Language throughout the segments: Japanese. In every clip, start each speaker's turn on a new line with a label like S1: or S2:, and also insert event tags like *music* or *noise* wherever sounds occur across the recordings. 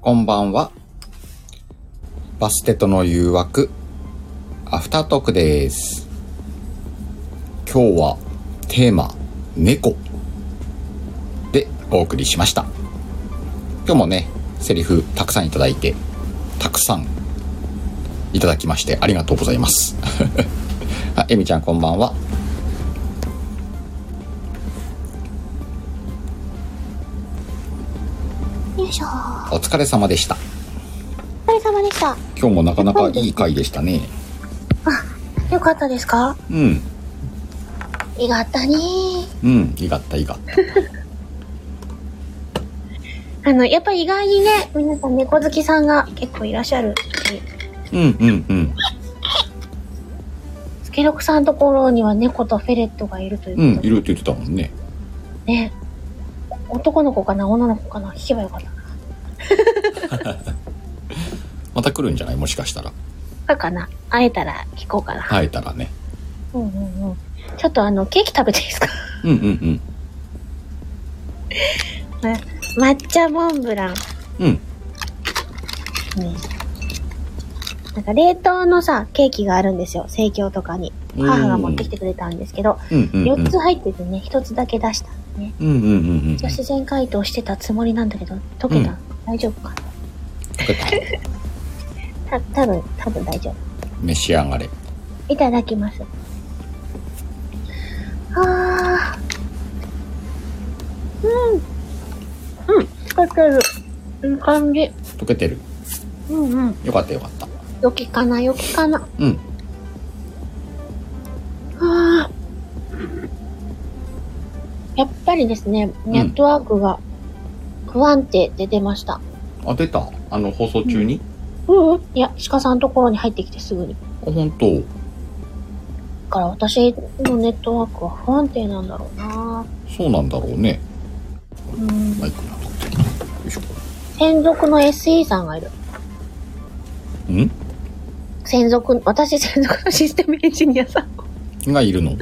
S1: こんばんは。バステとの誘惑、アフタートークです。今日はテーマ、猫でお送りしました。今日もね、セリフたくさんいただいて、たくさんいただきましてありがとうございます。 *laughs* あ、エミちゃんこんばんは。
S2: よいしょー
S1: お疲れ様でした。
S2: お疲れ様でした
S1: 今日もなかなかいい回でしたね。
S2: よかったですか
S1: うん、
S2: よかったね
S1: うん、いがったいがった。
S2: ーあのやっぱり意外にね皆さん猫好きさんが結構いらっしゃるし
S1: うん、うん、うん。
S2: スケロクさんのところには猫とフェレットがいるという
S1: うん、
S2: こと
S1: い
S2: で、
S1: るって言ってたもんね。
S2: ね男の子かな女の子かな聞けばよかった
S1: また来るんじゃないもしかしたら。
S2: だかな会えたら聞こうかな、
S1: 会えたらね。
S2: うんうんうんちょっとあのケーキ食べていい *laughs* ですか
S1: うんうん
S2: ね抹茶モンブラン
S1: うん。うん。
S2: ねなんか冷凍のさケーキがあるんですよ生協とかに
S1: うん
S2: 母が持ってきてくれたんですけど
S1: うんうんうん。
S2: 4つ入っててね、1つだけ出したのね。
S1: うんうんうんうん。
S2: 自然解凍してたつもりなんだけど、溶けた、大丈夫かなた、多分多分大丈夫。
S1: 召し上がれ。
S2: いただきます。あー。うん。うん、溶けてる。いい感じ。
S1: 溶けてる。
S2: うんうん。
S1: よかったよかった。
S2: よきかな、よきかな。
S1: うん。
S2: あー。やっぱりですね、ネットワークが不安定で出ました。
S1: あ、出たあの、放送中に、
S2: うん、いや、鹿さんのところに入ってきてすぐに。
S1: あ、本当
S2: だから私のネットワークは不安定なんだろうな
S1: そうなんだろうね。
S2: うん。
S1: マイクなとって。よいしょ。
S2: 専属の SE さんがいる。
S1: ん
S2: 専属、私専属のシステムエンジニアさん
S1: がいるの。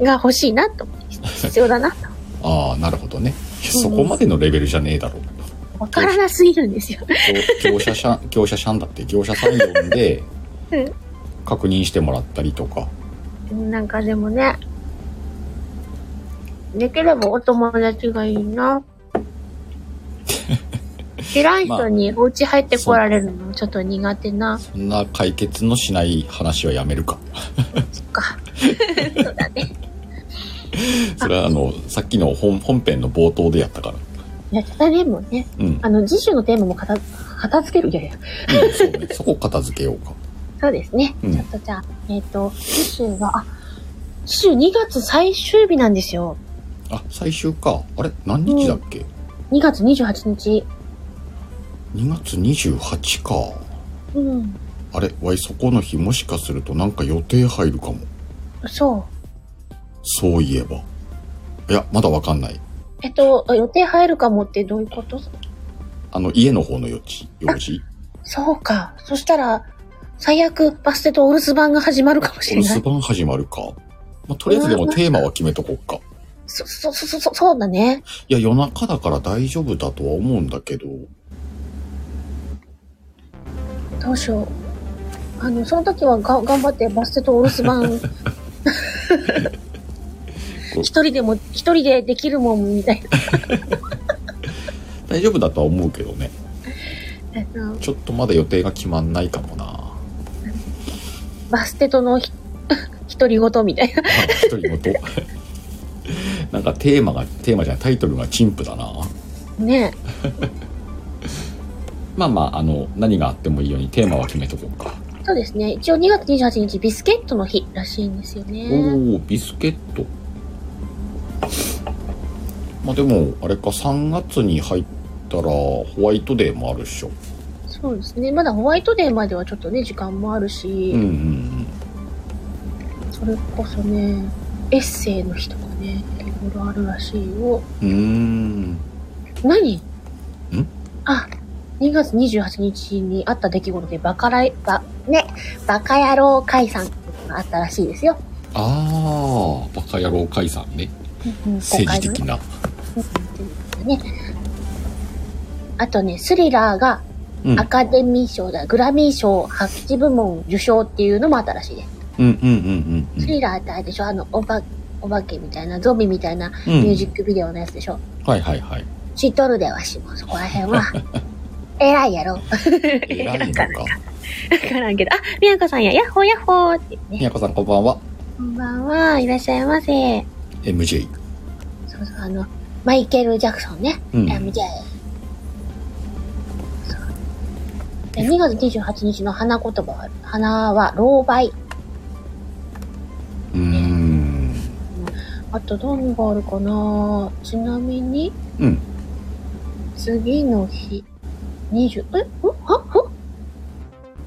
S2: が欲しいなと思って、必要だなと。
S1: ああ、なるほどね。いやそこまでのレベルじゃねえだろう。
S2: わからなすぎるんですよ。
S1: 業業者 *laughs* さん、業者さんだって、業者さん呼んで
S2: うん、
S1: 確認してもらったりとか。
S2: なんかでもね、できればお友達がいい *laughs* な。嫌い人にお家入ってこられるのちょっと苦手な。
S1: そんな解決のしない話はやめるか。
S2: そっか。そうだね。
S1: それはあの、さっきの本本編の冒頭でやったから。
S2: やってたね、もうね。
S1: うん。うん
S2: あの、次週のテーマも片、片付ける。いやいや。
S1: そうね。そこ片付けようか。
S2: そうですね。
S1: うん
S2: ちょっとじゃあ、えっ、と、次週は、あ、次週2月最終日なんですよ。
S1: あ、最終か。あれ何日だっけ、
S2: 2月28日。
S1: ?2 月28か。
S2: うん。
S1: あれわい、そこの日もしかするとなんか予定入るかも。
S2: そう。
S1: そういえば。いや、まだわかんない。
S2: えっと、予定入るかもってどういうこと
S1: あの、家の方の用事、用事
S2: そうか。そしたら、最悪、バステとお留守番が始まるかもし
S1: お
S2: れ
S1: 留
S2: な
S1: *laughs* 守
S2: い。
S1: 番始まるか。まあ、とりあえずでもテーマは決めとこうか。
S2: そ、そ、そ、そ、そうだね。
S1: いや、夜中だから大丈夫だとは思うんだけど。
S2: どうしよう。あの、その時はが頑張ってバステとお留守番。一人でも、一人でできるもんみたいな。
S1: 大丈夫だとは思うけどね。
S2: えっと
S1: ちょっとまだ予定が決まんないかもな。
S2: バステとのひ *laughs* 独り言みたいな。
S1: あ一人ご
S2: *laughs*
S1: となんかテーマがテーマじゃないタイトルが陳腐だな
S2: ね
S1: まあまああの何があってもいいようにテーマは決めとこうか、
S2: えそうですね。一応2月28日、ビスケットの日らしいんですよね。
S1: おおビスケットまあでもあれか3月に入ったらホワイトデーもあるっしょ
S2: そうですね。まだホワイトデーまではちょっとね、時間もあるし、
S1: うんうんうん
S2: それこそね、エッセイの日とかね、いろいろあるらしいよ。
S1: うーん
S2: 何んあ、2月28日にあった出来事でバカライ、バ、ね、バカ野郎解散があったらしいですよ。
S1: ああバカ野郎解散ね
S2: うんうん
S1: 政治的な
S2: ね、あとね、スリラーが
S1: うん
S2: アカデミー賞だ、グラミー賞8部門受賞っていうのもあったらしいです。
S1: うんうんうんうん
S2: スリラーってあれでしょあの、おば、お化けみたいな、ゾンビみたいな
S1: うん
S2: ミュージックビデオのやつでしょ、
S1: はいはい
S2: *laughs*
S1: はい
S2: 知っとるでわしも、そこら辺 *laughs* は。偉いやろ。
S1: 偉いの
S2: わ
S1: か
S2: からんけど。あ、みやこさんや、やっほーやっほーって
S1: み
S2: ね。
S1: やこさんこんばんは
S2: こんばんは、いらっしゃいませ。
S1: MJ
S2: そうそう、あの、マイケル・ジャクソンね。
S1: うん
S2: MJ。そうで2月28日の花言葉は、花は、老媒。
S1: うーん
S2: あと、何があるかなちなみに、
S1: うん
S2: 次の日、20、えんはは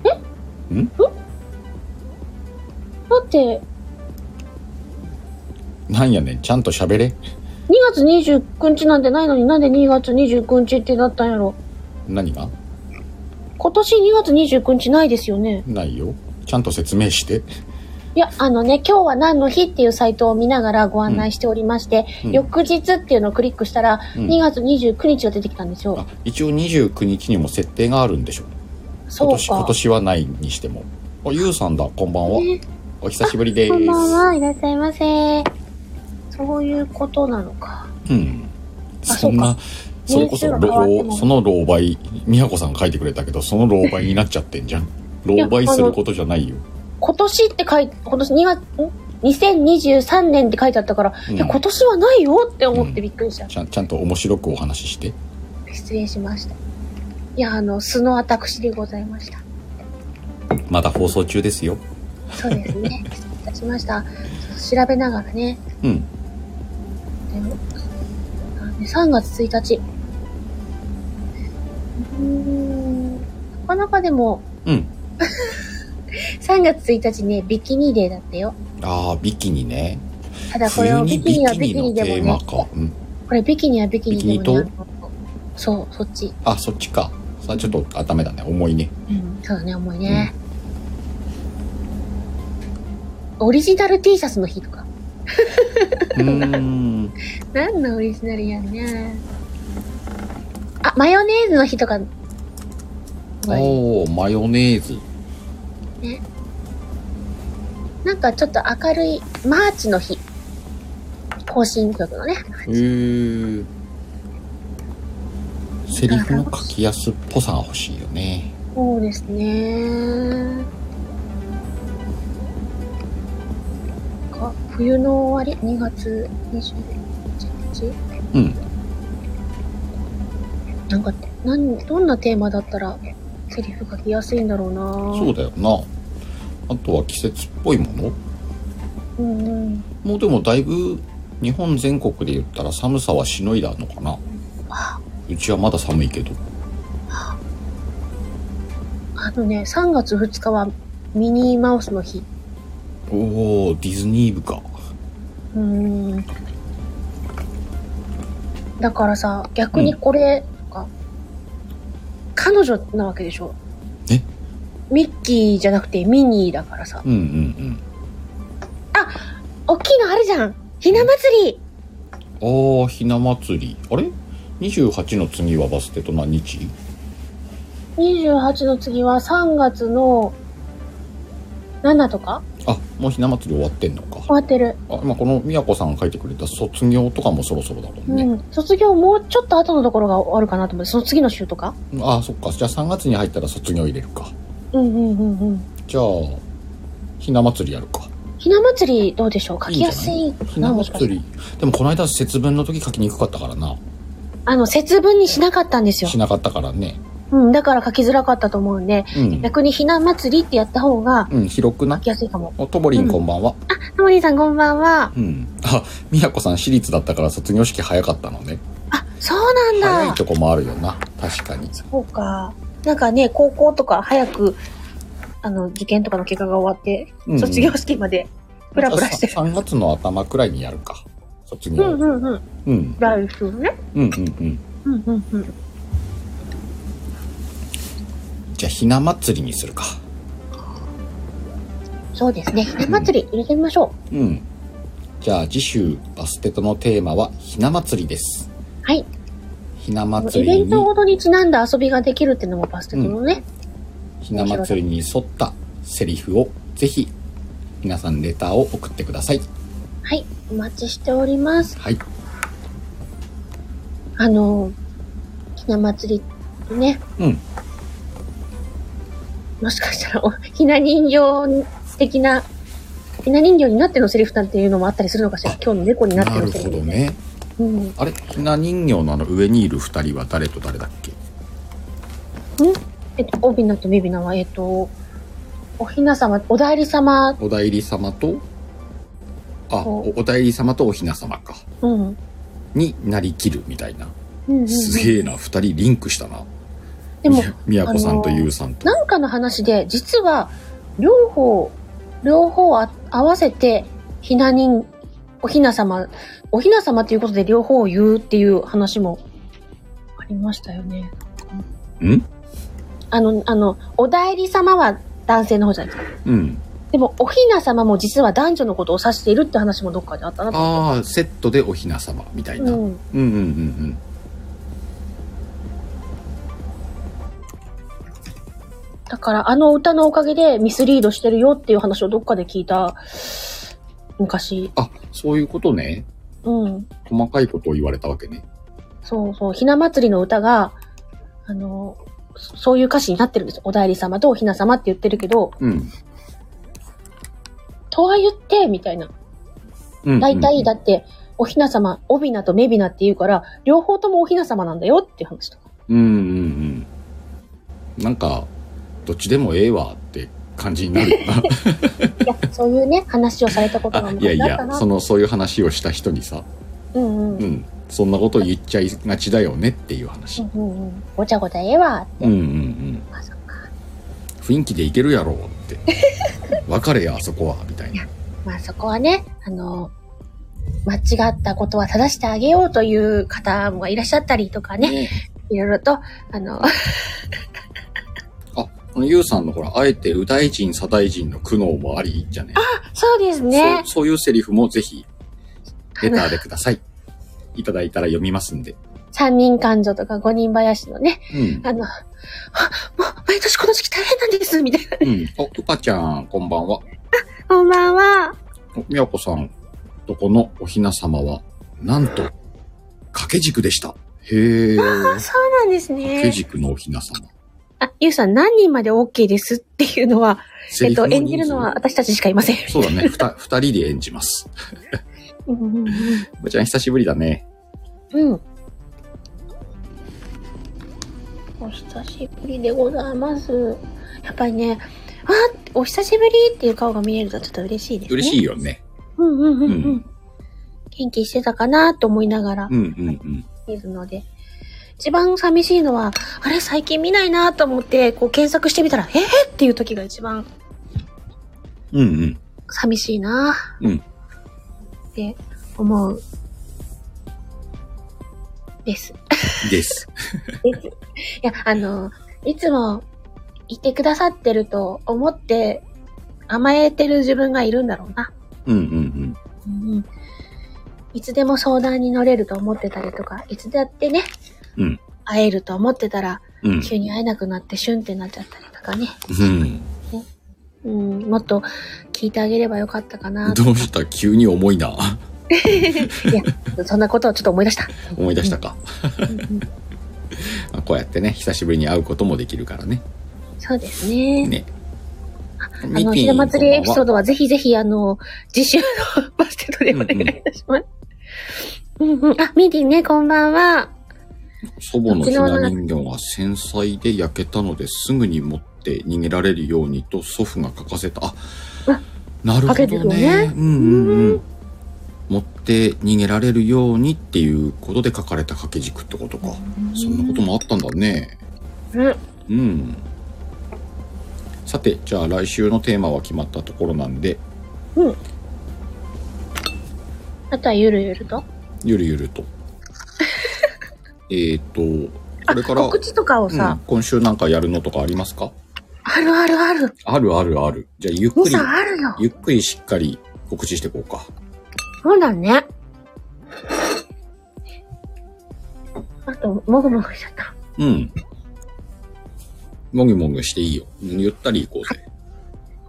S2: え
S1: ん
S2: だって、
S1: なんやねんちゃんと喋れ
S2: 2月29日なんてないのになんで2月29日ってなったんやろ
S1: 何が
S2: 今年2月29日ないですよね
S1: ないよちゃんと説明して
S2: いや、あのね、今日は何の日っていうサイトを見ながらご案内しておりまして、
S1: うん
S2: 翌日っていうのをクリックしたら、
S1: うん
S2: 2月29日が出てきたんですよ。
S1: あ一応29日にも設定があるんでしょ
S2: そ
S1: 今
S2: うか。
S1: 年今年はないにしてもあゆうさんだこんばんは
S2: ね
S1: お久しぶりです
S2: こんばんは、いらっしゃいませ。そういうことなのか。
S1: うんそん
S2: そう
S1: なそれこそ
S2: 年収が変わっても
S1: 老その老媒美和子さん書いてくれたけどその老媒になっちゃってんじゃん老媒することじゃないよ
S2: 今年って書いて、今年2月、ん2023年って書いてあったから、
S1: うん
S2: いや、今年はないよって思ってびっくりした。
S1: ちゃんちゃんと面白くお話しして
S2: 失礼しました。いや、あの、素の私でございました。
S1: まだ放送中ですよ
S2: そうです
S1: *laughs*
S2: ね。失礼いたしました。調べながらね。
S1: うん
S2: でもあね3月1日。うーん。なかなかでも、
S1: うん
S2: 3月1日ね、ビキニデーだったよ。
S1: ああビキニね
S2: ただこれ
S1: 冬
S2: を
S1: に
S2: ビ
S1: ビ
S2: キニは
S1: キ
S2: ビ
S1: ニ
S2: キニ
S1: の
S2: で
S1: テー
S2: も
S1: マ
S2: ね、
S1: か、うん、
S2: これビキニはビキニでも
S1: ビ
S2: ね、あのそう、そっち。
S1: あそっちかさあちょっとあダメだね重いね
S2: うん、そうだね、重いね。オリジナル T シャツの日とか。
S1: うー
S2: *laughs*
S1: ん
S2: 何のオリジナルやんね。あ、マヨネーズの日とか。
S1: おおマヨネーズ
S2: なんかちょっと明るい、マーチの日。行進曲のね。
S1: へーセリフの書きやすっぽさが欲しいよね
S2: そうですね。か冬の終わり ?2 月21日
S1: うん
S2: なんか、なん、どんなテーマだったら、セリフ書きやすいんだろうな
S1: そうだよなあとは季節っぽいもの
S2: うんうん。
S1: もうでもだいぶ日本全国で言ったら寒さはしのいだのかなうちはまだ寒いけど
S2: あのね、3月2日はミニーマウスの日。
S1: おおディズニー部か
S2: うーん。だからさ、逆にこれが、彼女なわけでしょ。
S1: え
S2: ミッキーじゃなくてミニーだからさ。
S1: うんうん
S2: 大きいのあるじゃんひな祭り
S1: うんああひな祭りあれ28の次はバステと何日
S2: !28 の次は3月の7とか
S1: あもうひな祭り終わってんのか
S2: 終わってる。
S1: あ今このみやこさんが書いてくれた卒業とかもそろそろだもんね、
S2: うん。卒業もうちょっと後のところがあるかなと思って、その次の週とか
S1: ああそっかじゃあ3月に入ったら卒業入れるか
S2: うんうんうんうん。
S1: じゃあひな祭りやるか
S2: ひな祭りどうでしょう書きやす
S1: ひ
S2: いかな
S1: な
S2: もしかして
S1: 祭りでもこの間節分の時書きにくかったからな
S2: あの、節分にしなかったんですよ
S1: し。なかったからね
S2: うん、だから書きづらかったと思うんで、
S1: うん、
S2: 逆にひな祭りってやった方が
S1: うん、広くな
S2: 書きやすいかも。
S1: おとぼりんこんばんは
S2: タモリンさんこんばんは。
S1: うんあみやこさん私立だったから卒業式早かったのね
S2: あ、そうな
S1: 早い
S2: んだ。
S1: とこもあるよな確かに
S2: そうか。なんかね、高校とか早く、あの、受験とかの結果が終わって
S1: うんう、ん
S2: 卒業式まで、プラプラしてる。
S1: 3月の頭くらいにやるか卒
S2: う
S1: 業
S2: んうんうん。
S1: うん
S2: 来週ね。
S1: うんうんうん
S2: うんうんうん。
S1: じゃあひな祭りにするか
S2: そうですね。ひな祭り入れてみましょう。
S1: うんじゃあ次週バステとのテーマはひな祭りです
S2: はい。
S1: ひな
S2: イ
S1: 祭
S2: ベ
S1: り
S2: ント
S1: に
S2: ごとにちなんだ遊びができるっていうのもバステトのね、
S1: ひな祭りに沿ったセリフをぜひ皆さんレターを送ってください
S2: はい、お待ちしております。
S1: はい
S2: あの、ひな祭りね、
S1: うん
S2: もしかしたらお、ひな人形的な、ひな人形になってのセリフなんていうのもあったりするのかしら
S1: あ
S2: 今日の猫になって
S1: な
S2: の
S1: る
S2: セリ
S1: ほ
S2: フ。
S1: どね
S2: うん。
S1: あれひな人形のあの上にいる二人は誰と誰だっけ
S2: えっと、帯なとビビナは、えっと、おひな様、おだいり様、
S1: お代理様とあ
S2: お
S1: おお代理様とおひな様か
S2: うん。うん
S1: になりきるみたいな
S2: うんうん、
S1: すげえな二人リンクしたな
S2: でも、
S1: みやみやこさんと
S2: あのー
S1: ゆうさんと
S2: なんかの話で、実は、両方、両方あ合わせて、ひな人、おひな様、おひな様ということで両方を言うっていう話もありましたよね。
S1: うん
S2: あの、あの、お代理様は男性の方じゃないですか。
S1: うん
S2: でも、おひな様も実は男女のことを指しているって話もどっかであったなと思っ
S1: ああセットでおひな様みた
S2: て。
S1: いな、
S2: う
S1: うん、
S2: ん。
S1: うんうんうん
S2: だから、あの歌のおかげでミスリードしてるよっていう話をどっかで聞いた、昔。
S1: あそういうことね
S2: うん。
S1: 細かいことを言われたわけね
S2: そうそう、ひな祭りの歌が、あの、そそういう歌詞になってるんです。おだいり様とおひな様って言ってるけど、
S1: うん
S2: とは言って、みたいな。
S1: うん
S2: 大
S1: う
S2: 体、
S1: ん
S2: だって、おひな様、おびなとめびなって言うから、両方ともおひな様なんだよっていう話
S1: *laughs*
S2: とか。
S1: うんうんうんなんかどっちでもええわって感じになるよ
S2: いや、そういうね、話をされたこ
S1: な
S2: とが
S1: あいや
S2: 昔
S1: い
S2: だった
S1: や
S2: *laughs* な。
S1: そのそういう話をした人にさ
S2: うんうん。
S1: う
S2: うん
S1: んそんなこと言っちゃいがちだよねっていう話
S2: うんうん、ごちゃごちゃええわって、
S1: うんうんうん
S2: あそっか
S1: 雰囲気でいけるやろうって
S2: *laughs*
S1: 別れやあそこはみたいな
S2: まあそこはねあの間違ったことは正してあげようという方もいらっしゃったりとかね
S1: ね
S2: いろいろとあの
S1: あこのゆうさんのほらあえて右大臣左大臣の苦悩もありじゃね
S2: そうですね
S1: *laughs* そうそういうセリフもぜひレタ
S2: あ
S1: ーでくださ
S2: *laughs*
S1: いいただいたら読みますんで
S2: 三人勘定とか五人林のね、
S1: うん
S2: あの、あ *laughs* もう毎年この時期大変なんですみたい
S1: う
S2: な。
S1: んおうぱちゃんこんばんは
S2: こんばんは。
S1: おみやこさんとこのおひな様はなんと掛け軸でしたへえ
S2: あ、そうなんです
S1: 掛け
S2: ね。
S1: 軸のおひな様
S2: あ、ゆうさん何人まで OK ですっていうのは、
S1: セ
S2: えっ
S1: リフの
S2: と、
S1: 人数
S2: 演じるのは私たちしかいません。
S1: そうだねふた二人で演じます
S2: うんうん
S1: うぱちゃん久しぶりだね
S2: うん。うんお久しぶりでございます。やっぱりね、あ、お久しぶりっていう顔が見えるとちょっと嬉しいですね。
S1: 嬉
S2: い。
S1: しいよね。
S2: うんうんうんう。
S1: うん
S2: 元気してたかなと思いながら
S1: う。んうんうん。
S2: いるので。一番寂しいのは、あれ最近見ないなと思って、こう検索してみたら、えーっていう時が一番
S1: うんうん。
S2: 寂しいな
S1: うん
S2: って思う。です。
S1: です。
S2: です。いや、あの、いつもいてくださってると思って甘えてる自分がいるんだろうな。
S1: うんうん
S2: うんうんいつでも相談に乗れると思ってたりとか、いつだってね、
S1: うん
S2: 会えると思ってたら、
S1: うん。うん。
S2: 急に会えなくなってシュンってなっちゃったりとかね。
S1: うん。
S2: うん、もっと聞いてあげればよかったかな。
S1: どうした急に重いな。
S2: そんなことをちょっと思い出した。
S1: 思い出したか。
S2: うんうん
S1: まあこうやってね、久しぶりに会うこともできるからね。
S2: そうですね。
S1: ね。あ
S2: あの、ひな祭りエピソードはぜひぜひ、あの、次週のバステットでお願いいたします。うんうん。あ、ミーティンね、こんばんは。
S1: 祖母のひな人形が繊細で焼けたのですぐに持って逃げられるようにと祖父が書かせた。あ
S2: あ、
S1: なるほ
S2: 書けて
S1: ど
S2: る
S1: ね
S2: ね。
S1: うんうんうん。持って逃げられるようにっていうことで書かれた掛け軸ってことか。そんなこともあったんだね。
S2: うん。
S1: うん。さて、じゃあ来週のテーマは決まったところなんで、
S2: あとはゆるゆると。
S1: ゆるゆる
S2: *laughs*
S1: と。えっと、これから、
S2: 告知とかを
S1: うん
S2: さ、、
S1: 今週なんかやるのとかありますか
S2: あるあるある。
S1: あるあるある。じゃあゆっ
S2: も
S1: く
S2: う
S1: り、
S2: さ、あるよ。
S1: ゆっくりしっかり告知していこうか。
S2: そうだね。あと、もぐもぐしちゃった。
S1: うん。もぐもぐしていいよ。ゆったり行こうぜ。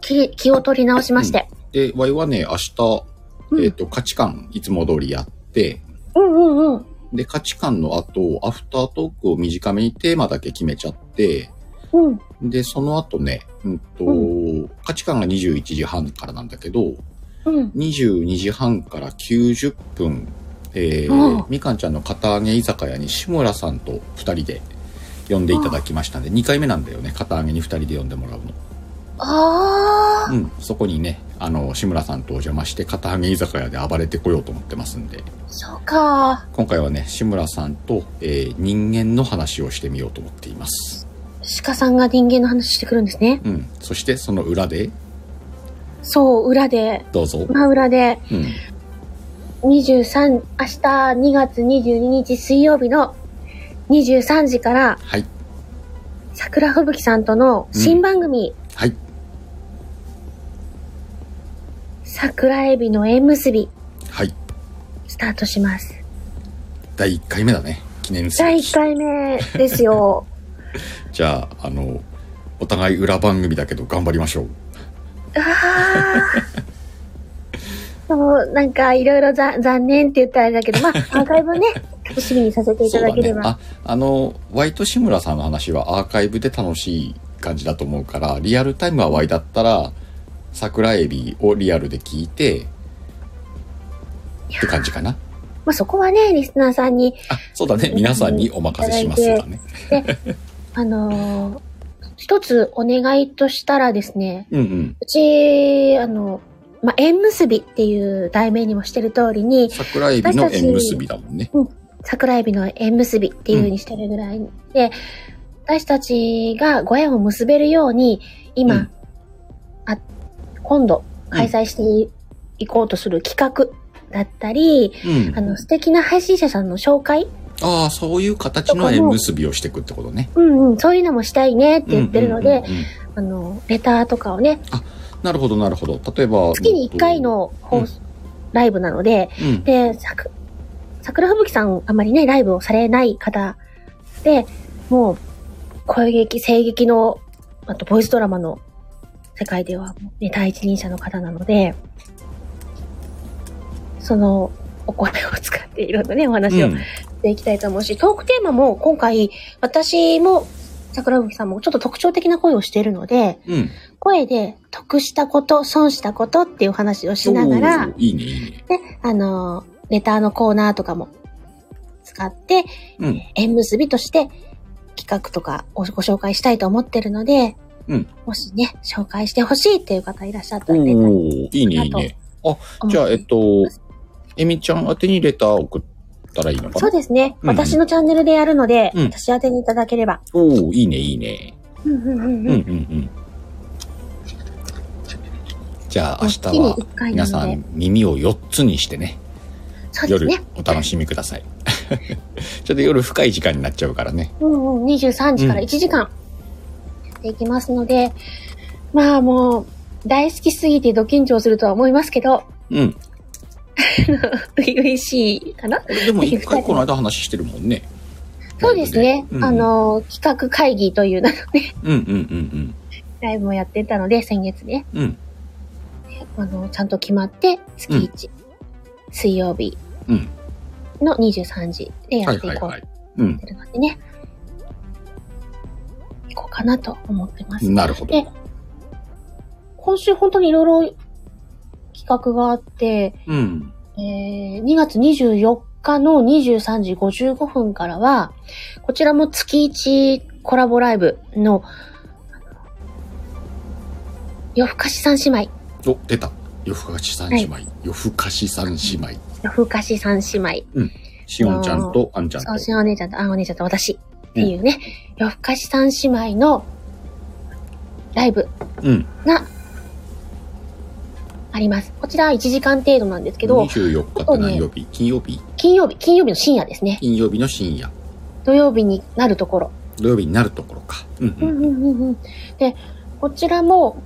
S2: 気、気を取り直しまして。
S1: で、ワイはね、明日、
S2: うん
S1: えっ、と、価値観、いつも通りやって、
S2: うんうんうん。
S1: で、価値観の後、アフタートークを短めにテーマだけ決めちゃって、
S2: うん。
S1: で、その後ね、うんと、価値観が21時半からなんだけど、
S2: うん。
S1: 22時半から90分、え
S2: うん
S1: ー、みかんちゃんの片揚げ居酒屋に志村さんと2人で呼んでいただきましたんで、2回目なんだよね、片揚げに2人で呼んでもらうの。
S2: あ
S1: うん、そこにね、あの、志村さんとお邪魔して、片揚げ居酒屋で暴れてこようと思ってますんで、
S2: ー、そうか。
S1: 今回はね、志村さんと、えー人間の話をしてみようと思っています。
S2: 鹿さんが人間の話してくるんですね。
S1: うん、そしてその裏で、
S2: そう、裏で、
S1: どうぞ。
S2: 真裏で、
S1: うん、
S2: 23、明日2月22日水曜日の23時から
S1: はい、
S2: 桜吹雪さんとの新番組、
S1: はい、
S2: 桜エビの縁結び、
S1: はい、
S2: スタートします。
S1: 第1回目だね、記念す
S2: 第
S1: べき
S2: 1回目です *laughs* よ。
S1: じゃあ、あの、お互い裏番組だけど頑張りましょう。
S2: あーそう、なんかいろいろざ残念って言ったらあれだけ *laughs* ど、まあ、アーカイブね、楽しみにさせていただければ。
S1: あ、あの、ワイと志村さんの話はアーカイブで楽しい感じだと思うから、リアルタイムはワイだったら、桜エビをリアルで聞いて、って感じかな。
S2: まあ、そこはね、リスナーさんに、
S1: あ、そうだね。皆さんにお任せしますだね。
S2: あのー一つお願いとしたらですね、
S1: うんうん。
S2: うち、あの、まあ、縁結びっていう題名にもしてる通りに、
S1: 桜エビの縁結びだもんね。
S2: 桜エビの縁結びっていう風にしてるぐらいで、私たちがご縁を結べるように、今、
S1: うん
S2: あ今度開催してい,、こうとする企画だったり、
S1: うん
S2: あ。の、素敵な配信者さんの紹介、
S1: ああ、そういう形の縁結びをしていくってことね。
S2: うんうん、そういうのもしたいねって言ってるの
S1: うんうんうん
S2: で、
S1: うん
S2: あの、レターとかをね、
S1: なるほど、なるほど。例えば。
S2: 月に1回の放送、ライブなので、
S1: うん。
S2: で、さく桜吹雪さんあまりね、ライブをされない方で、もう、声劇、声劇の、あとボイスドラマの世界では、ね、第一人者の方なので、そのお声を使っていろんなね、お話
S1: う
S2: を
S1: ん
S2: していきたいと思うし、トークテーマも今回、私も桜吹雪さんもちょっと特徴的な声をしているので、
S1: うん。
S2: 声で得したこと、損したことっていう話をしながら
S1: お、ーいいね、いいね。
S2: ね、あの、レターのコーナーとかも使って、
S1: うん。
S2: 縁結びとして企画とかをご紹介したいと思ってるので、
S1: うん
S2: もしね、紹介してほしいっていう方いらっしゃった
S1: お
S2: らね、
S1: おいいね、いいね。じゃあ、えっと、えみちゃん宛てにレターを送ったらいいのか
S2: そう
S1: な
S2: ですね、
S1: うんうん
S2: 私のチャンネルでやるので、
S1: うん
S2: 私宛てにいただければ。
S1: おおいいね、いいね。
S2: うんうんう
S1: う
S2: ん
S1: ん、
S2: う
S1: うん、
S2: ん。
S1: うん。じゃあ、明日
S2: 月に
S1: は、
S2: 1回な
S1: 皆
S2: の
S1: さ
S2: で、
S1: ん耳を4つにしてね、
S2: そうです
S1: 夜
S2: ね。
S1: お楽しみください。 *laughs* ちょっと夜深い時間になっちゃうからね。
S2: うんうん、23時から
S1: うん
S2: 1時間、やっていきますので、まあもう、大好きすぎてド緊張するとは思いますけど、
S1: うん。
S2: 嬉しいかな
S1: これでも一回この間話してるもんね。
S2: そうですね。
S1: うん
S2: あ、の、企画会議というな
S1: うんうんうん
S2: ライブもやってたので、先月ね、
S1: うん。うん。
S2: あの、ちゃんと決まって、月
S1: うん
S2: 1、水曜日
S1: うん。
S2: の23時でや
S1: は
S2: っ
S1: い
S2: てい
S1: はい
S2: こう
S1: は
S2: っ
S1: い。うん。
S2: ていうのでね、行こうかなと思ってます。
S1: なるほど
S2: で。今週本当にいろいろ企画があって、
S1: うん。
S2: えー、2月24日の23時55分からは、こちらも月1コラボライブの、夜更かし三姉妹。
S1: お、出た。夜更かし三姉妹。夜更かし三姉妹。
S2: 夜更かし三姉妹。
S1: しおんちゃんとあんちゃんと
S2: そう、。しお姉ちゃんと、あんお姉ちゃんと私。っていうね、夜更かし三姉妹のライブ
S1: うん。
S2: があります。こちら1時間程度なんですけど、
S1: 24日って何曜日金曜日
S2: 金曜日、金曜日の深夜ですね。
S1: 金曜日の深夜。
S2: 土曜日になるところ。
S1: 土曜日になるところか。うん
S2: う
S1: うんん。
S2: うんうんうんで、こちらも、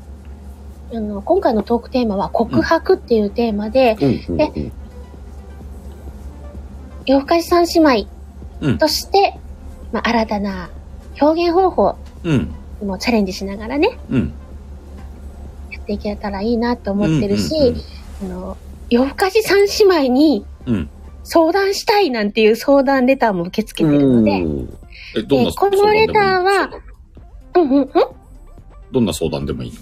S2: あの、今回のトークテーマは告白っていうテーマで、
S1: うんうんうん
S2: 夜更かし三姉妹
S1: うん
S2: として、まあ、新たな表現方法
S1: うん
S2: にもチャレンジしながらね、
S1: うん
S2: やっていけたらいいなと思ってるし、
S1: うん
S2: あの、夜更かし三姉妹に
S1: うん
S2: 相談したいなんていう相談レターも受け付けてるので、
S1: おーえどんな
S2: えこのレターはうんうんうん。
S1: どんな相談でもいいの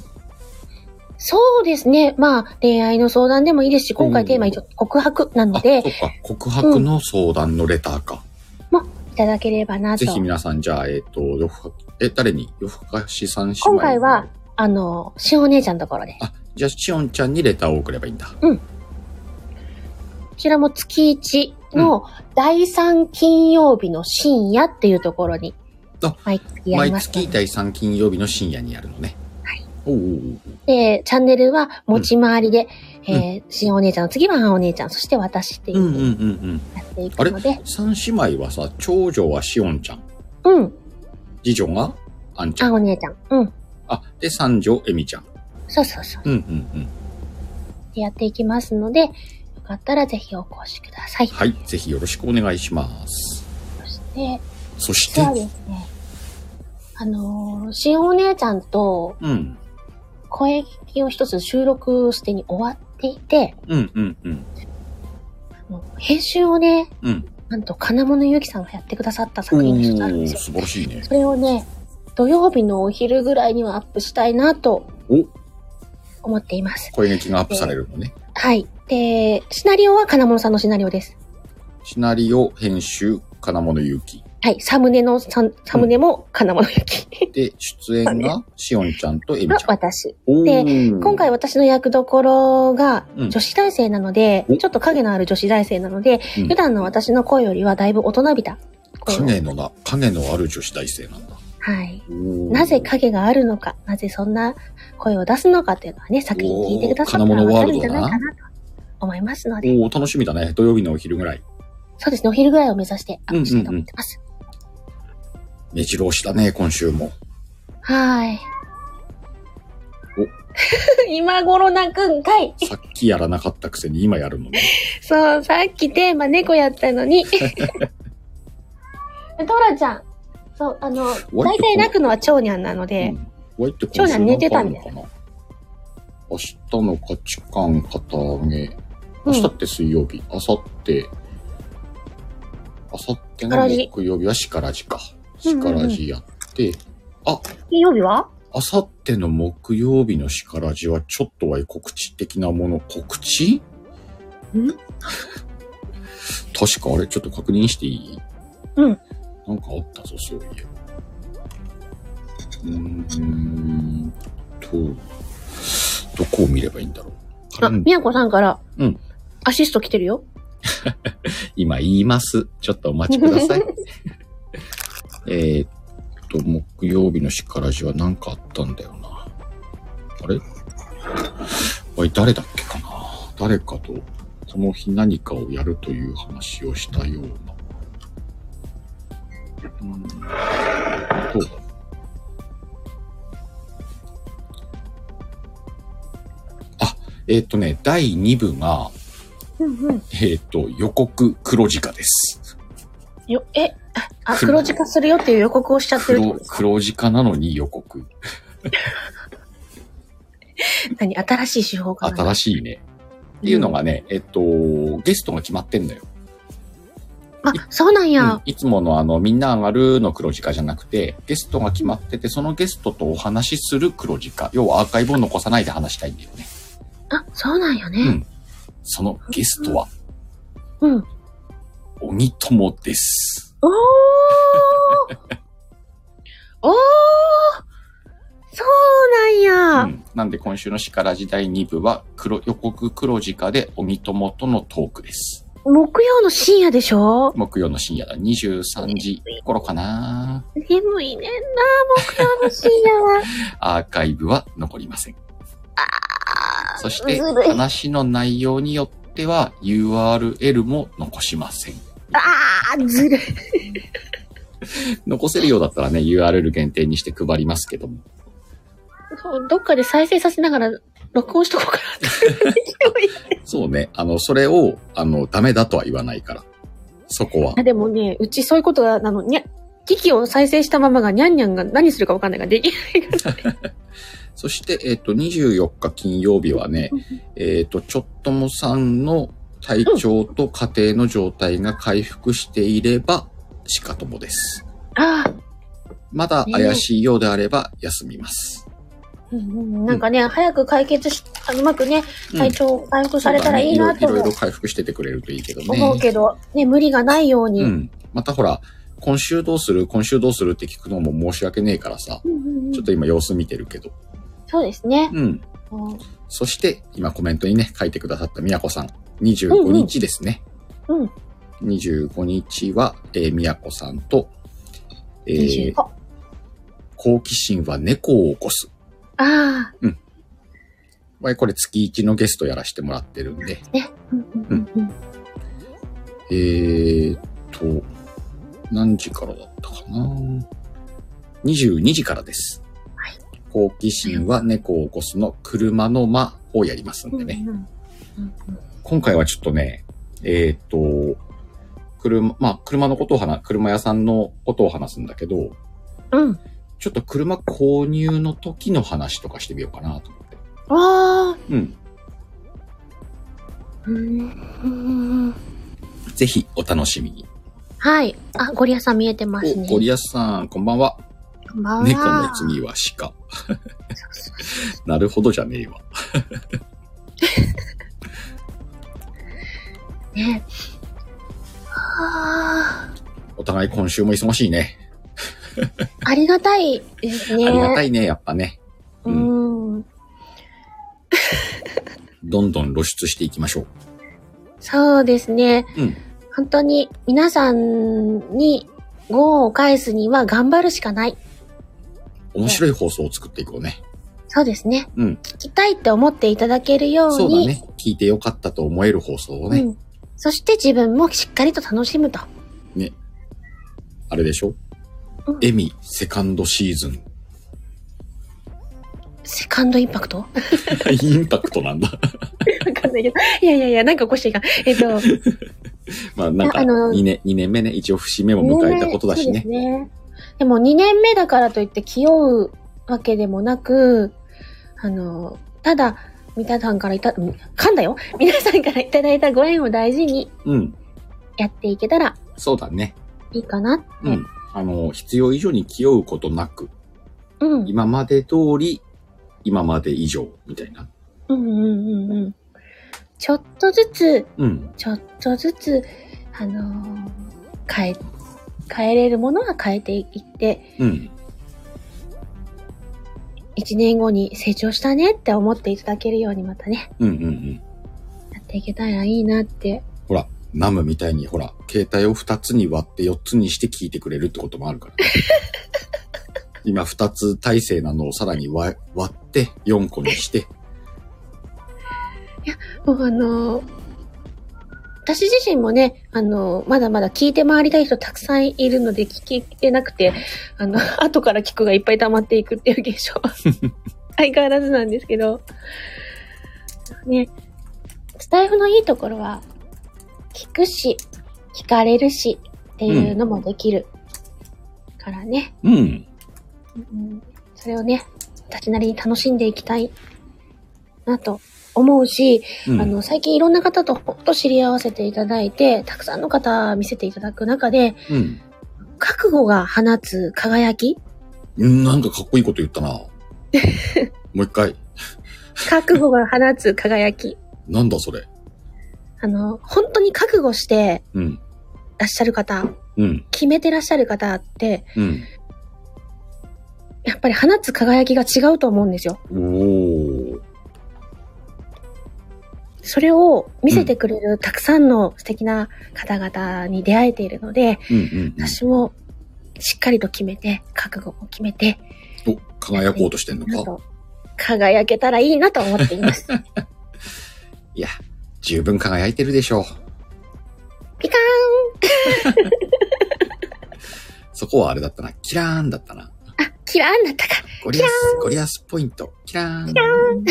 S2: そうですね。まあ、恋愛の相談でもいいですし、今
S1: う
S2: 回
S1: ん
S2: テーマ一応告白なの
S1: あ、
S2: で、
S1: そっか。告白の相談のレターか。
S2: いただければな
S1: ぜ
S2: と。
S1: ひ皆さん、じゃあ、えっ、と、よふか、え、誰によふかしさん姉妹
S2: 今回は。あの、しお姉ちゃんのところで。
S1: あ、じゃあ、しおんちゃんにレターを送ればいいんだ。
S2: こちらも月1の第3金曜日の深夜っていうところに
S1: あ、
S2: 毎月やり
S1: 毎
S2: ますの
S1: 月第3金曜日の深夜にやるのね。はい。おうおう
S2: で、チャンネルは持ち回りで、
S1: うん
S2: えー、しお姉ちゃんの次はあんお姉ちゃん、そして私ってい
S1: おう。うんうん
S2: うふうに
S1: うんうん。
S2: やってい
S1: あ
S2: く
S1: れ
S2: ので、
S1: 三姉妹はさ、長女はしおんちゃん。
S2: うん、
S1: 次女があんち
S2: あ
S1: ゃ
S2: ん
S1: ん。
S2: お姉ちゃん、うん、
S1: あ、で、三女えみちゃん。
S2: そうそうそう、
S1: うんうんうん。
S2: ってやっていきますので、よかったらぜひお越しください。
S1: はい。ぜひよろしくお願いします。
S2: そして、
S1: そして
S2: 実、はですね、あのー、しお姉ちゃんと
S1: うん。
S2: 声聞きを一つ収録してに終わっていて、
S1: うんうんうん。
S2: あの編集をね、
S1: うん。
S2: なんと金物ゆきさんがやってくださった
S1: お
S2: 作品の一つあるん
S1: ー、
S2: ですよ。
S1: 素晴らしいね。
S2: それをね、土曜日のお昼ぐらいにはアップしたいなと
S1: お、
S2: 思っています。
S1: 声劇がアップされるのね。
S2: はい。で、シナリオは金物さんのシナリオです。
S1: シナリオ編集、金物ゆうき。
S2: はい。サムネの、サンサムネも金物ゆき。
S1: で、出演が、しおんちゃんとえみ
S2: の
S1: ちゃん。
S2: 私。
S1: お
S2: で
S1: ー
S2: 今回、私の役どころが
S1: うん
S2: 女子大生なので、
S1: お
S2: ちょっと影のある女子大生なので、
S1: うん
S2: 普段の私の声よりはだいぶ大人びた声を。
S1: 影のな、影のある女子大生なんだ。
S2: はい。
S1: おー
S2: なぜ影があるのか、なぜそんな声を出すのかというのはね、作品聞いてくださったらわかるんじゃないかなと思いますので、
S1: おー楽しみだね。土曜日のお昼ぐらい。
S2: そうですね、お昼ぐらいを目指してアップしたいと思ってます。
S1: 目白押しだね、今週も。
S2: はい。 *laughs* 今頃泣くんかい。
S1: さっきやらなかったくせに今やるのね。
S2: そう、さっきテーマ猫やったのに。
S1: *laughs*
S2: トラちゃん。そう、あの、大体泣くのは長男なので、
S1: うん、って今週
S2: 長男寝てたん
S1: な
S2: だ
S1: ん
S2: よ
S1: かあるのかな明日の価値観片上げ。
S2: う
S1: 明
S2: ん
S1: 日って水曜日。明後日。明後日
S2: から
S1: の
S2: じ
S1: 木曜日はしからじか。
S2: うんう
S1: し
S2: んうん
S1: からじやって、
S2: 金曜日は
S1: 明後日の木曜日のしからじはちょっとは告知的なもの。告知
S2: ん
S1: 確かあれ、ちょっと確認していい
S2: うん。
S1: なんかあったぞ、そういえば。うーんと、どこを見ればいいんだろう。カ
S2: あ、
S1: レン
S2: みやこさんから、
S1: うん
S2: アシスト来てるよ。
S1: 今言います。ちょっとお待ちください。 *laughs* えーっと、木曜日のしからじは何かあったんだよな。あれおい、誰だっけかな誰かと、この日何かをやるという話をしたような。うん、どうだあ、えーっとね、第2部が、
S2: うんうん。
S1: えっ、と、予告黒字化です。
S2: よ、え、あ、黒字化するよっていう予告をしちゃってるってこ
S1: 黒
S2: と、ですか
S1: 黒字化なのに予告。
S2: 何新しい手法かな
S1: 新しいね。っていうのがね、えっ、と、ゲストが決まってんのよ。
S2: あ、そうなんや。
S1: うんいつものあの、みんな上がるの黒字化じゃなくて、ゲストが決まってて、そのゲストとお話しする黒字化。要はアーカイブを残さないで話したいんだよね。
S2: あ、そうなんや
S1: う
S2: ね。
S1: んそのゲストは、
S2: うん。
S1: *laughs* 鬼友です。
S2: おーおーそうな
S1: うん
S2: や。
S1: ん、なんで今週のシカラ時代2部は黒、予告黒字化で鬼友とのトークです。
S2: 木曜の深夜でしょ
S1: 木曜の深夜だ。23時頃かな。
S2: 眠いねんな、木曜の深夜
S1: *laughs*
S2: は。
S1: アーカイブは残りません。そして、
S2: ずるい
S1: 話の内容によっては URL も残しません。
S2: あー、ずるい。
S1: 残せるようだったらね、URL 限定にして配りますけども。
S2: そうどっかで再生させながら録音しとこうかなって。
S1: *laughs* そうね、あの、それを、あの、ダメだとは言わないから。そこは
S2: あ。でもね、うちそういうことは、あの、にゃ、機器を再生したままが、にゃんにゃんが何するかわかんないからでき
S1: そして、えっ、と、24日金曜日はね、えっ、と、ちょっともさんの体調と家庭の状態が回復していれば、しかともです。
S2: ああ、
S1: まだ怪しいようであれば休みます。
S2: うんうんなんかね、早く解決し、あのうまくね、
S1: うん
S2: 体調回復されたらいいな
S1: そう
S2: と
S1: だねいろいろいろ
S2: も
S1: いろ回復しててくれるといいけどね。
S2: 思うけど、ね、無理がないように。
S1: う
S2: うん
S1: ん。またほら、今週どうする今週どうするって聞くのも申し訳ねえからさ、
S2: うんうん
S1: ちょっと今様子見てるけど。
S2: そうですね。
S1: うん。
S2: うん
S1: そして、今コメントにね、書いてくださったみやこさん。25日ですね。
S2: うんうん
S1: 25日は、えー、みやこさんと、えー
S2: 25あ
S1: 好奇心は猫を起こす。
S2: あ、
S1: まあこれ月1のゲストやらせてもらってるんで。
S2: うんうんうんうん
S1: えーっと、何時からだったかな ?22 時からです。
S2: はい
S1: 好奇心は猫を起こすの車の間をやりますんでね。
S2: うんうんうん
S1: 今回はちょっとね、えーっと、車、まあ、車のことを話、車屋さんのことを話すんだけど、
S2: うん。うん。
S1: ちょっと車購入の時の話とかしてみようかなと思って。
S2: ああ、
S1: うん。
S2: うんうんうん
S1: ぜひお楽しみに。
S2: はい。あ、ゴリアさん見えてます
S1: お、
S2: ね。
S1: ゴリアスさん、こんばんは。
S2: こんばんは
S1: 猫の次は鹿。 *laughs* なるほどじゃねえわ。
S2: ね。あ
S1: お互い今週も忙しいね。
S2: あ、ありがたいですね。
S1: ありがたいね、やっぱね。う。
S2: うんん。
S1: どんどん露出していきましょう。
S2: そうですね。
S1: うん。
S2: 本当に皆さんにご恩を返すには頑張るしかない。
S1: 面白い放送を作っていこうね。
S2: そうですね。
S1: うん。
S2: 聞きたいって思っていただけるように。
S1: そうだね。聞いてよかったと思える放送をね。
S2: うん。そして自分もしっかりと楽しむと。
S1: あれでしょ、
S2: うん
S1: エミセカンドシーズン。 *laughs*
S2: セカンドインパ
S1: *laughs*
S2: クトわ
S1: インパクトなんだ。 *laughs*
S2: かんないけど。いやいやいや、なんか起こしていいかん。えっと、
S1: まあなんか
S2: ああの
S1: 2年、二年目ね、一応節目も迎えたことだしね
S2: そう。ですね。でも2年目だからといって気負うわけでもなく、あの、ただ、皆さんからいた、ん噛んだよ皆さんからいただいたご縁を大事に
S1: うん。
S2: やっていけたら
S1: そうだね。
S2: いいかな。
S1: うん。あの、必要以上に気負うことなく、
S2: うん。うん
S1: 今まで通り、今まで以上、みたいな。
S2: うんうんうん。ちょっとずつ、
S1: うん。
S2: ちょっとずつ、あのー変え、変えれるものは変えていって、
S1: うん。
S2: 1年後に成長したねって思っていただけるようにまたね、
S1: うんうんうん。
S2: やっていけたらいいなって
S1: ほら、ナムみたいに、ほら、携帯を2つに割って4つにして聞いてくれるってこともあるからね。 *laughs* 今2つ体制なのをさらに割割って4個にして、
S2: もうあの、私自身もね、あの、まだまだ聞いて回りたい人たくさんいるので聞けてなくて、あ *laughs* の、後から聞くがいっぱい溜まっていくっていう現象 *laughs* は相変わらずなんですけど、ね、スタイフのいいところは、聞くし、聞かれるしっていうのもできるからね、
S1: うん。
S2: うんそれをね、私なりに楽しんでいきたいなと思うし、
S1: うん、
S2: あの、最近いろんな方とほんと知り合わせていただいて、たくさんの方見せていただく中で、
S1: うん。
S2: 覚悟が放つ輝き
S1: うん、なんかかっこいいこと言った *laughs* な。もう一回。
S2: 覚悟が放つ輝き。
S1: なんだそれ。
S2: あの、本当に覚悟して
S1: うん。
S2: らっしゃる方、
S1: うん。
S2: 決めてらっしゃる方って、
S1: うん。
S2: やっぱり放つ輝きが違うと思うんですよ。
S1: おー。
S2: それを見せてくれるたくさんの素敵な方々に出会えているので、
S1: うんうん、うん。
S2: 私もしっかりと決めて、覚悟を決めて、
S1: お、輝こうとしてん
S2: な
S1: の
S2: ん
S1: か。
S2: と輝けたらいいなと思っています。
S1: *laughs* いや、十分輝いてるでしょう。
S2: ピカーン
S1: そこはあれだったな。キラーンだったな。
S2: あ、嫌いになったか。
S1: ゴリアス、ゴリアスポイント。キラーン。キラーン。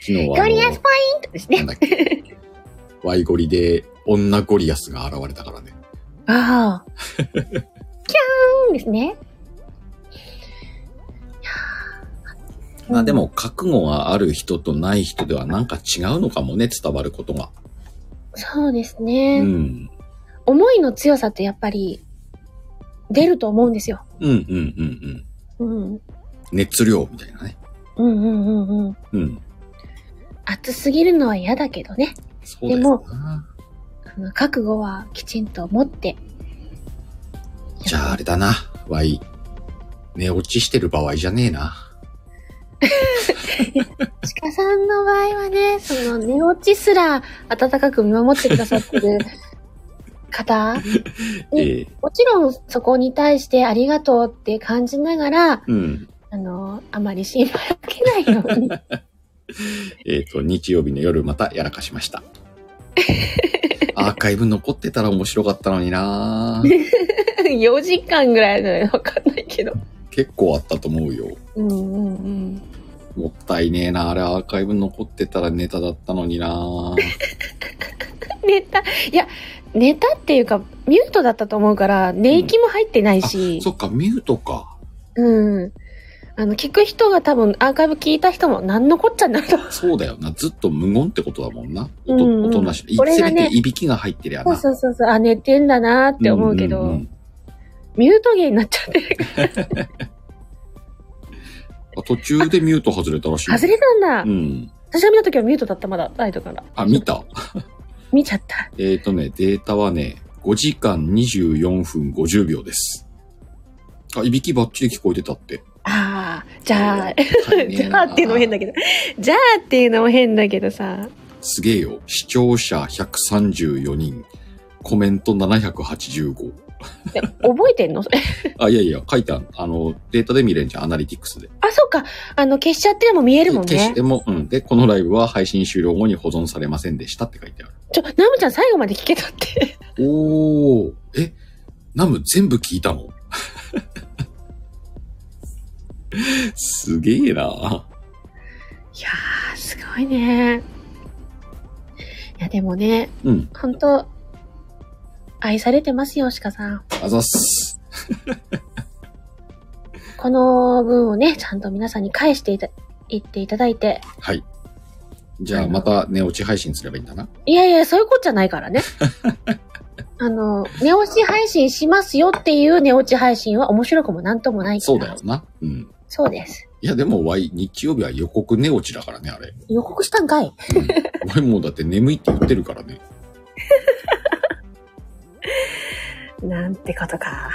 S1: 昨日はあの、
S2: ゴリアスポイントです
S1: な
S2: ね
S1: ん。だっけ。ワイゴリで女ゴリアスが現れたからね。
S2: ああ。キャーンですね。いやー
S1: まあで。も、覚悟がある人とない人ではなんか違うのかもね、伝わることが。
S2: そうです
S1: う
S2: ね。
S1: ん。
S2: 思いの強さってやっぱり出ると思うんですよ。
S1: うんうんうんうん。
S2: うん。
S1: 熱量みたいなね。
S2: うんうんうんうん。
S1: うん。
S2: 熱すぎるのは嫌だけどね。
S1: そうだよな。
S2: あの覚悟はきちんと持って。
S1: じゃああれだな、ワイ。寝落ちしてる場合じゃねえな。
S2: 鹿さんの場合はね、その寝落ちすら温かく見守ってくださってる方、ね
S1: ええ
S2: もちろんそこに対してありがとうって感じながら、
S1: うん。
S2: あの、あまり心配かけないように。
S1: えっ、と、日曜日の夜またやらかしま
S2: *laughs*
S1: した。アーカイブ残ってたら面白かったのにな
S2: *laughs* 4時間ぐらいのよわかんないけど。
S1: 結構あったと思うよ。
S2: うんうんうん。
S1: もったいねえなあれアーカイブ残ってたらネタだったのにな
S2: ネタ、いや、ネタっていうか、ミュートだったと思うから、寝息も入ってない
S1: あ
S2: し、
S1: そっか、ミュートか。
S2: うん。あの、聞く人が多分、アーカイブ聞いた人も、なんのこっちゃなると。
S1: そうだよな。ずっと無言ってことだもんな。お
S2: うんうん
S1: とおとなしい。
S2: これがね
S1: せめていびきが入ってりゃ
S2: そ
S1: な。
S2: うそうそうそう、あ、寝てんだなーって思うけど、
S1: んんん
S2: ミュートゲーになっちゃってる。
S1: あ途中でミュート外れたらしい。
S2: 外れたんだ、
S1: うん。
S2: 私が見た時はミュートだった、まだ、ライトから。
S1: あ、見た。
S2: 見ちゃった。
S1: えっ、とね、データはね、5時間24分50秒です。あ、いびきばっちり聞こえてたって。
S2: ああ、じゃあ、
S1: 大
S2: *laughs* じ
S1: 変
S2: ゃ
S1: だ
S2: あ
S1: な
S2: っていうのも変だけど、じゃあっていうのも変だけどさ、
S1: すげえよ。視聴者134人。コメント785。
S2: で覚えてん *laughs* のそれ
S1: あ、いやいや、書いてある。あの、データで見れんじゃん、アナリティクスで。
S2: あ、そうか、あの、消しちゃってでも見えるもん
S1: 決し
S2: ね
S1: て。も、うん。で、このライブは配信終了後に保存されませんでしたって書いてある。
S2: ちょ、ナムちゃん最後まで聞けたって。
S1: おー。え、ナム全部聞いたの *laughs* すげえない
S2: やー、すごいね。いや、でもね、
S1: うん。
S2: ほんと、愛されてますよ、鹿さん。
S1: あざっす。
S2: この分をね、ちゃんと皆さんに返していた、言っていただいて。
S1: はい。じゃあ、また寝落ち配信すればいいんだな。
S2: いやいや、そういうことじゃないからね。 *laughs* あの、寝落ち配信しますよっていう寝落ち配信は面白くもなんともないか
S1: そ
S2: ら。
S1: うだよ。な。うん。
S2: そうです。
S1: いや、でも、ワイ、日曜日は予告寝落ちだからね、あれ。
S2: 予告したんかい
S1: うん、 *laughs* ワイもうだって眠いって言ってるからね。
S2: なんてことか。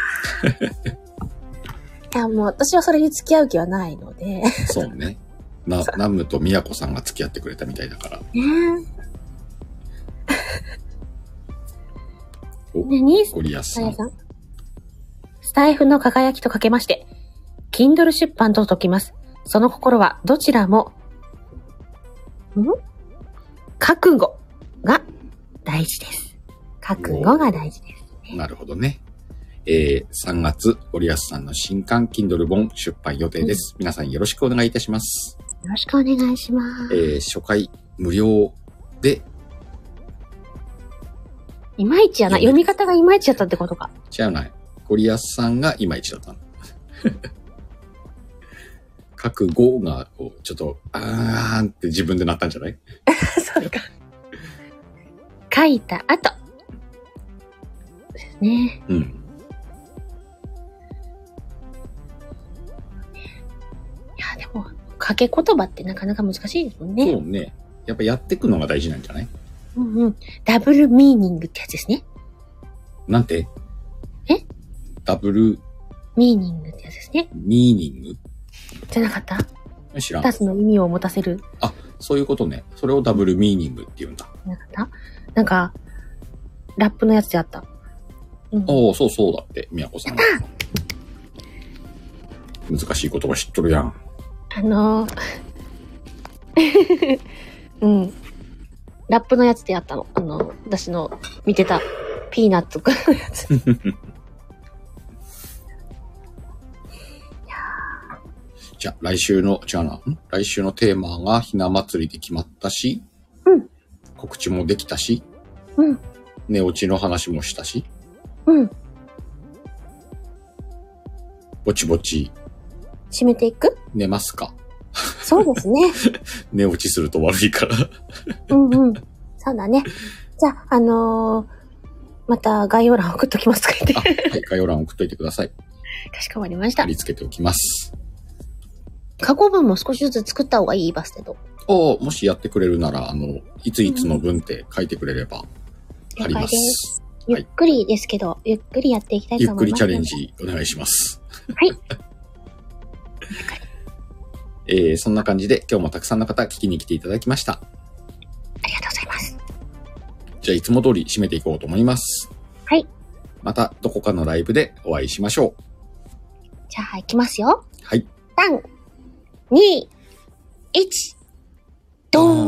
S2: *laughs* いや、もう私はそれに付き合う気はないので。ね
S1: そうね。な、ナムとミヤコさんが付き合ってくれたみたいだから。
S2: え。
S1: お
S2: 何
S1: ゴリアス
S2: あ
S1: さ
S2: や
S1: ん。
S2: さん。スタイフの輝きとかけまして、Kindle 出版と解きます。その心はどちらも、ん覚悟が大事です。覚悟が大事です。
S1: なるほどね。えー、3月、ゴリアスさんの新刊 Kindle 本出版予定です。皆さんよろしくお願いいたします。
S2: よろしくお願いします。
S1: えー、初回無料で、
S2: いまいちやな。読み方がいまいちやったってことか。
S1: 違うない。ゴリアスさんがいまいちだったの。 *laughs* 覚悟が、こう、ちょっと、あーんって自分でなったんじゃない
S2: *laughs* そうか。書いた後。ですね。
S1: うん。
S2: いや、でも、かけ言葉ってなかなか難しいですもんね。
S1: そうね。やっぱやってくのが大事なんじゃない
S2: うんうん。ダブルミーニングってやつですね。
S1: なんて
S2: え
S1: ダブル
S2: ミーニングってやつですね。
S1: ミーニング
S2: じゃなかった
S1: 知らん
S2: 二。つの意味を持たせる。
S1: そういうことね。それをダブルミーニングって言うんだ。
S2: じゃなかったなんか、ラップのやつであった。うん、
S1: おお、そうそうだって、みやこさん。難しい言葉知っとるやん。
S2: あの *laughs* ー、うん。ラップのやつであったの。あの、私の見てたピーナッツくんのやつ。いや
S1: じゃあ、来週の、違うな、ん来週のテーマがひな祭りで決まったし、
S2: うん
S1: 告知もできたし、
S2: うん
S1: 寝落ちの話もしたし、
S2: うん。
S1: ぼちぼち
S2: 締めていく
S1: 寝ますか。
S2: そうで
S1: *laughs*
S2: すね。
S1: 寝落ちすると悪い
S2: *laughs*
S1: から。
S2: うんうん。そうだね。じゃあ、あのーまた概要欄送っとき
S1: *laughs*
S2: ますとか言
S1: あ、
S2: っ
S1: は
S2: て。
S1: い、概要欄送っといてください。
S2: かしこまりまし
S1: 貼
S2: た。
S1: り付けておきます。
S2: 過去文も少しずつ作った方がいいバステと。
S1: おもしやってくれるなら、あの、いついつの分って書いてくれれば貼り
S2: 了解
S1: ま。
S2: ですゆっくりですけど、ゆっくりやっていきたい
S1: ゆ
S2: と
S1: っく
S2: 思い
S1: り
S2: ます。
S1: チャレン。ジお願いします。
S2: はい。
S1: *laughs* えー、そんな感じで今日もたくさんの方聞きに来ていただきました。
S2: ありがとうございます。
S1: じゃあいつも通り締めていこうと思います。
S2: はい。
S1: またどこかのライブでお会いしましょう。
S2: じゃあ、いきますよ。
S1: はい。
S2: 3、2、1、ドーン